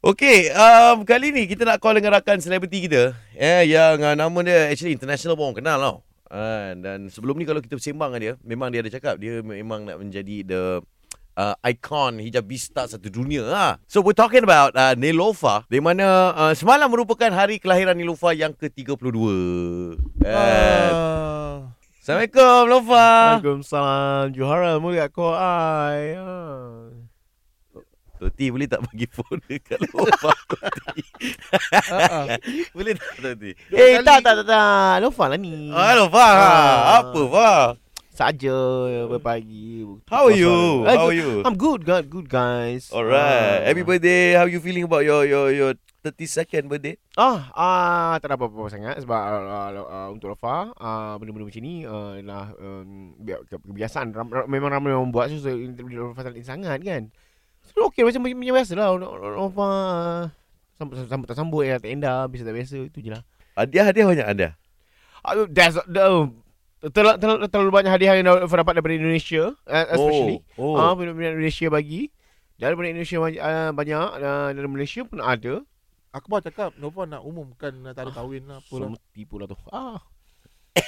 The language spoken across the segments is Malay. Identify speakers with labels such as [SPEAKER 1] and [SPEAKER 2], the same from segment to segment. [SPEAKER 1] Okey, um, kali ni kita nak call dengan rakan selebriti kita eh, Yang uh, nama dia actually international pun orang kenal tau uh, Dan sebelum ni kalau kita bersembang dengan dia Memang dia ada cakap Dia memang nak menjadi the uh, icon hijabista satu dunia ha. So we're talking about uh, Nelofa Di mana uh, semalam merupakan hari kelahiran Nelofa yang ke-32 uh,
[SPEAKER 2] Ah.
[SPEAKER 1] Assalamualaikum Nelofa
[SPEAKER 2] Waalaikumsalam Johara mulia kau ai. ha.
[SPEAKER 1] Toti boleh tak bagi phone dekat Nelofa Toti Boleh tak Toti
[SPEAKER 2] Eh
[SPEAKER 1] Dua
[SPEAKER 2] tak
[SPEAKER 1] kali.
[SPEAKER 2] tak tak tak. Lofa lah ni.
[SPEAKER 1] Ah, Nelofa ha.
[SPEAKER 2] Ah.
[SPEAKER 1] Apa Fa
[SPEAKER 2] Saja pagi.
[SPEAKER 1] How are you?
[SPEAKER 2] Eh,
[SPEAKER 1] How
[SPEAKER 2] good.
[SPEAKER 1] are you?
[SPEAKER 2] I'm good, good, good guys.
[SPEAKER 1] Alright.
[SPEAKER 2] Ah.
[SPEAKER 1] Happy birthday. How you feeling about your your your 32nd birthday?
[SPEAKER 2] Ah, ah tak ada apa-apa sangat sebab ah, ah, ah, untuk Rafa, ah benda-benda macam ni ah ialah um, bi- ke- kebiasaan ram, ram, memang ramai orang buat so, so Rafa tak lain sangat kan. So okey macam macam lah. macam biasalah Rafa ah, sambut sambut tak sambut ya tak endah biasa tak biasa itu je lah.
[SPEAKER 1] Hadiah hadiah banyak ada.
[SPEAKER 2] Ah, that's the, terlalu, terlalu, terlalu banyak hadiah yang Rafa dapat daripada Indonesia uh, especially.
[SPEAKER 1] Oh.
[SPEAKER 2] Oh.
[SPEAKER 1] oh.
[SPEAKER 2] Ah, pembinaan Malaysia bagi. Daripada Indonesia banyak, uh, banyak uh, dari Malaysia pun ada.
[SPEAKER 3] Aku baru cakap Nova nak umumkan uh, tarikh kahwin lah apa lah.
[SPEAKER 2] Semeti pula tu. Ah,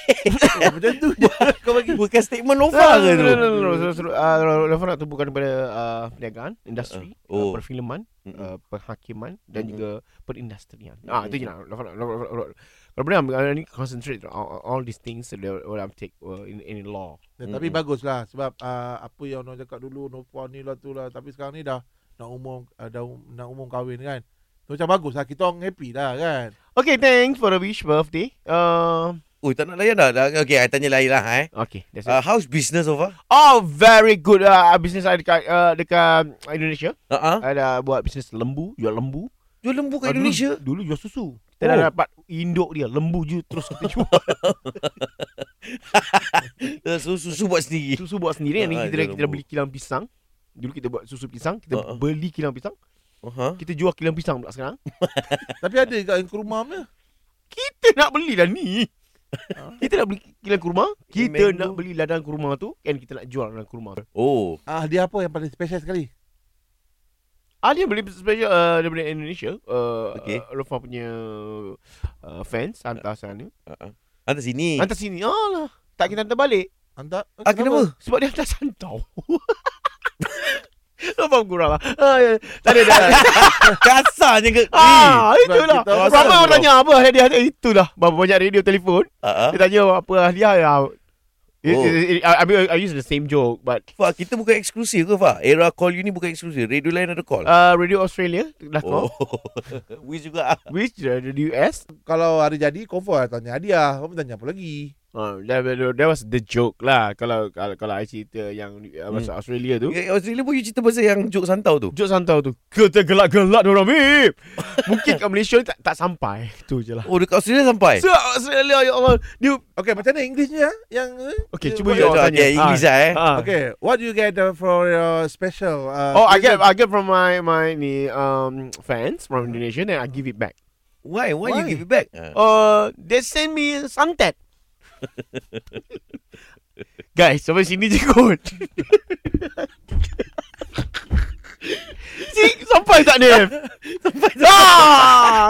[SPEAKER 3] Macam tu je kau bagi.
[SPEAKER 1] Bukan statement Nova
[SPEAKER 2] Ah,
[SPEAKER 1] ke tu?
[SPEAKER 2] no, no, no, no. Selalu- selalu, ah, kalau Lepas nak tumpukan kepada ah, perniagaan,
[SPEAKER 3] Ya,
[SPEAKER 2] industri,
[SPEAKER 1] Ah, oh.
[SPEAKER 2] ah, perfilman,
[SPEAKER 1] Mm-mm.
[SPEAKER 2] ah, perhakiman dan
[SPEAKER 1] Mm-mm.
[SPEAKER 2] juga perindustrian. Ah, itu je lah. Lepas nak- lepas- lepas- lepas- Kalau boleh, ambil- ambil ah, ni concentrate on on all these things that they- what I'm take uh, in in law.
[SPEAKER 3] Ya, tapi
[SPEAKER 1] Mm-mm.
[SPEAKER 3] bagus lah sebab uh, apa yang orang cakap dulu Nova ni lah tu lah tapi sekarang ni dah nak umum uh, dah um, nak umum kahwin kan. Tu macam bagus lah kita orang happy lah kan.
[SPEAKER 2] Okay, thanks for the wish birthday. Uh,
[SPEAKER 1] Oh, tak nak layan dah. Dah- Okay, I tanya lain lah eh.
[SPEAKER 2] okay, that's it.
[SPEAKER 1] Uh, how's business Nova?
[SPEAKER 2] Oh, very good uh, business saya dekat, uh, dekat Indonesia.
[SPEAKER 1] Ha ah.
[SPEAKER 2] Ada buat bisnes lembu, jual lembu.
[SPEAKER 1] Jual lembu kat
[SPEAKER 2] Ah, dulu-
[SPEAKER 1] Indonesia.
[SPEAKER 2] Dulu jual susu.
[SPEAKER 1] Oh.
[SPEAKER 2] Kita dah dapat induk dia, lembu je terus kita jual.
[SPEAKER 1] Uh, susu susu buat sendiri.
[SPEAKER 2] susu Ah, buat sendiri ni
[SPEAKER 1] Ah, jual
[SPEAKER 2] kita dah, kita dah
[SPEAKER 1] lembu.
[SPEAKER 2] beli kilang pisang. Dulu kita buat susu pisang,
[SPEAKER 1] Ah,
[SPEAKER 2] kita
[SPEAKER 1] ah.
[SPEAKER 2] beli kilang pisang,
[SPEAKER 1] Ha.
[SPEAKER 2] kita jual kilang pisang pula sekarang.
[SPEAKER 3] Tapi ada kat yang kurma punya.
[SPEAKER 2] Kita nak beli dah ni.
[SPEAKER 3] Ah.
[SPEAKER 2] kita nak beli kilang kurma, kita
[SPEAKER 1] mango.
[SPEAKER 2] nak beli ladang kurma tu and kita nak jual ladang kurma.
[SPEAKER 1] Oh.
[SPEAKER 3] Ah dia apa yang paling special sekali?
[SPEAKER 2] Ah dia beli special uh, daripada Indonesia. Uh,
[SPEAKER 1] Okey.
[SPEAKER 2] okay. uh, Rafa punya uh, fans hantar sana.
[SPEAKER 1] Hantar sini.
[SPEAKER 2] Hantar sini. Alah, tak kita hantar balik.
[SPEAKER 3] Hantar
[SPEAKER 1] Ah, kenapa?
[SPEAKER 2] Sebab dia hantar santau. Abang kurang lah. Ah, ya. tak ada dah.
[SPEAKER 1] Kasarnya ke? Ah.
[SPEAKER 2] Ah, itulah.
[SPEAKER 3] Sebab kita-
[SPEAKER 2] Ramai orang tanya apa hadiah hadiah itulah. Berapa banyak radio telefon.
[SPEAKER 1] Ah.
[SPEAKER 2] Dia tanya apa hadiah ya. It,
[SPEAKER 1] Oh.
[SPEAKER 2] it, it, I, I mean, I use the same joke but
[SPEAKER 1] Fa, kita bukan eksklusif ke Fa? Era call you ni bukan eksklusif. Radio lain ada call.
[SPEAKER 2] uh, Radio Australia dah
[SPEAKER 1] Oh.
[SPEAKER 2] call
[SPEAKER 1] We juga. ah.
[SPEAKER 2] which uh, the US
[SPEAKER 3] Kalau hari jadi confirm lah tanya hadiah. Kamu tanya apa lagi?
[SPEAKER 2] uh, that, that, that was the joke lah kalau kalau, kalau I cerita yang uh,
[SPEAKER 1] Hmm.
[SPEAKER 2] masuk Australia tu
[SPEAKER 1] Eh, Australia pun you cerita pasal yang juk santau tu.
[SPEAKER 2] Jok santau tu Kita gelak-gelak diorang Bib Mungkin kat Malaysia ni tak, tak sampai Itu je lah
[SPEAKER 1] Oh, dekat Australia sampai?
[SPEAKER 2] So Australia ya Allah Dia
[SPEAKER 3] Okay macam mana Englishnya? Yang eh?
[SPEAKER 2] oh, Okay
[SPEAKER 3] Dia
[SPEAKER 2] cuba
[SPEAKER 3] buat-
[SPEAKER 2] you all
[SPEAKER 1] Okay,
[SPEAKER 2] tanya
[SPEAKER 1] okay, English lah eh.
[SPEAKER 2] ah.
[SPEAKER 3] Okay, what do you get uh, for your special? Uh,
[SPEAKER 2] Oh, I get
[SPEAKER 3] present?
[SPEAKER 2] I get from my my ni um fans from Indonesia, then I give it back.
[SPEAKER 1] Why? Why, you
[SPEAKER 3] Why?
[SPEAKER 1] give it back? Uh.
[SPEAKER 2] Uh, they send me santet. Guys, sampai sini je kot. Si, sampai tak ni? sampai. Ah!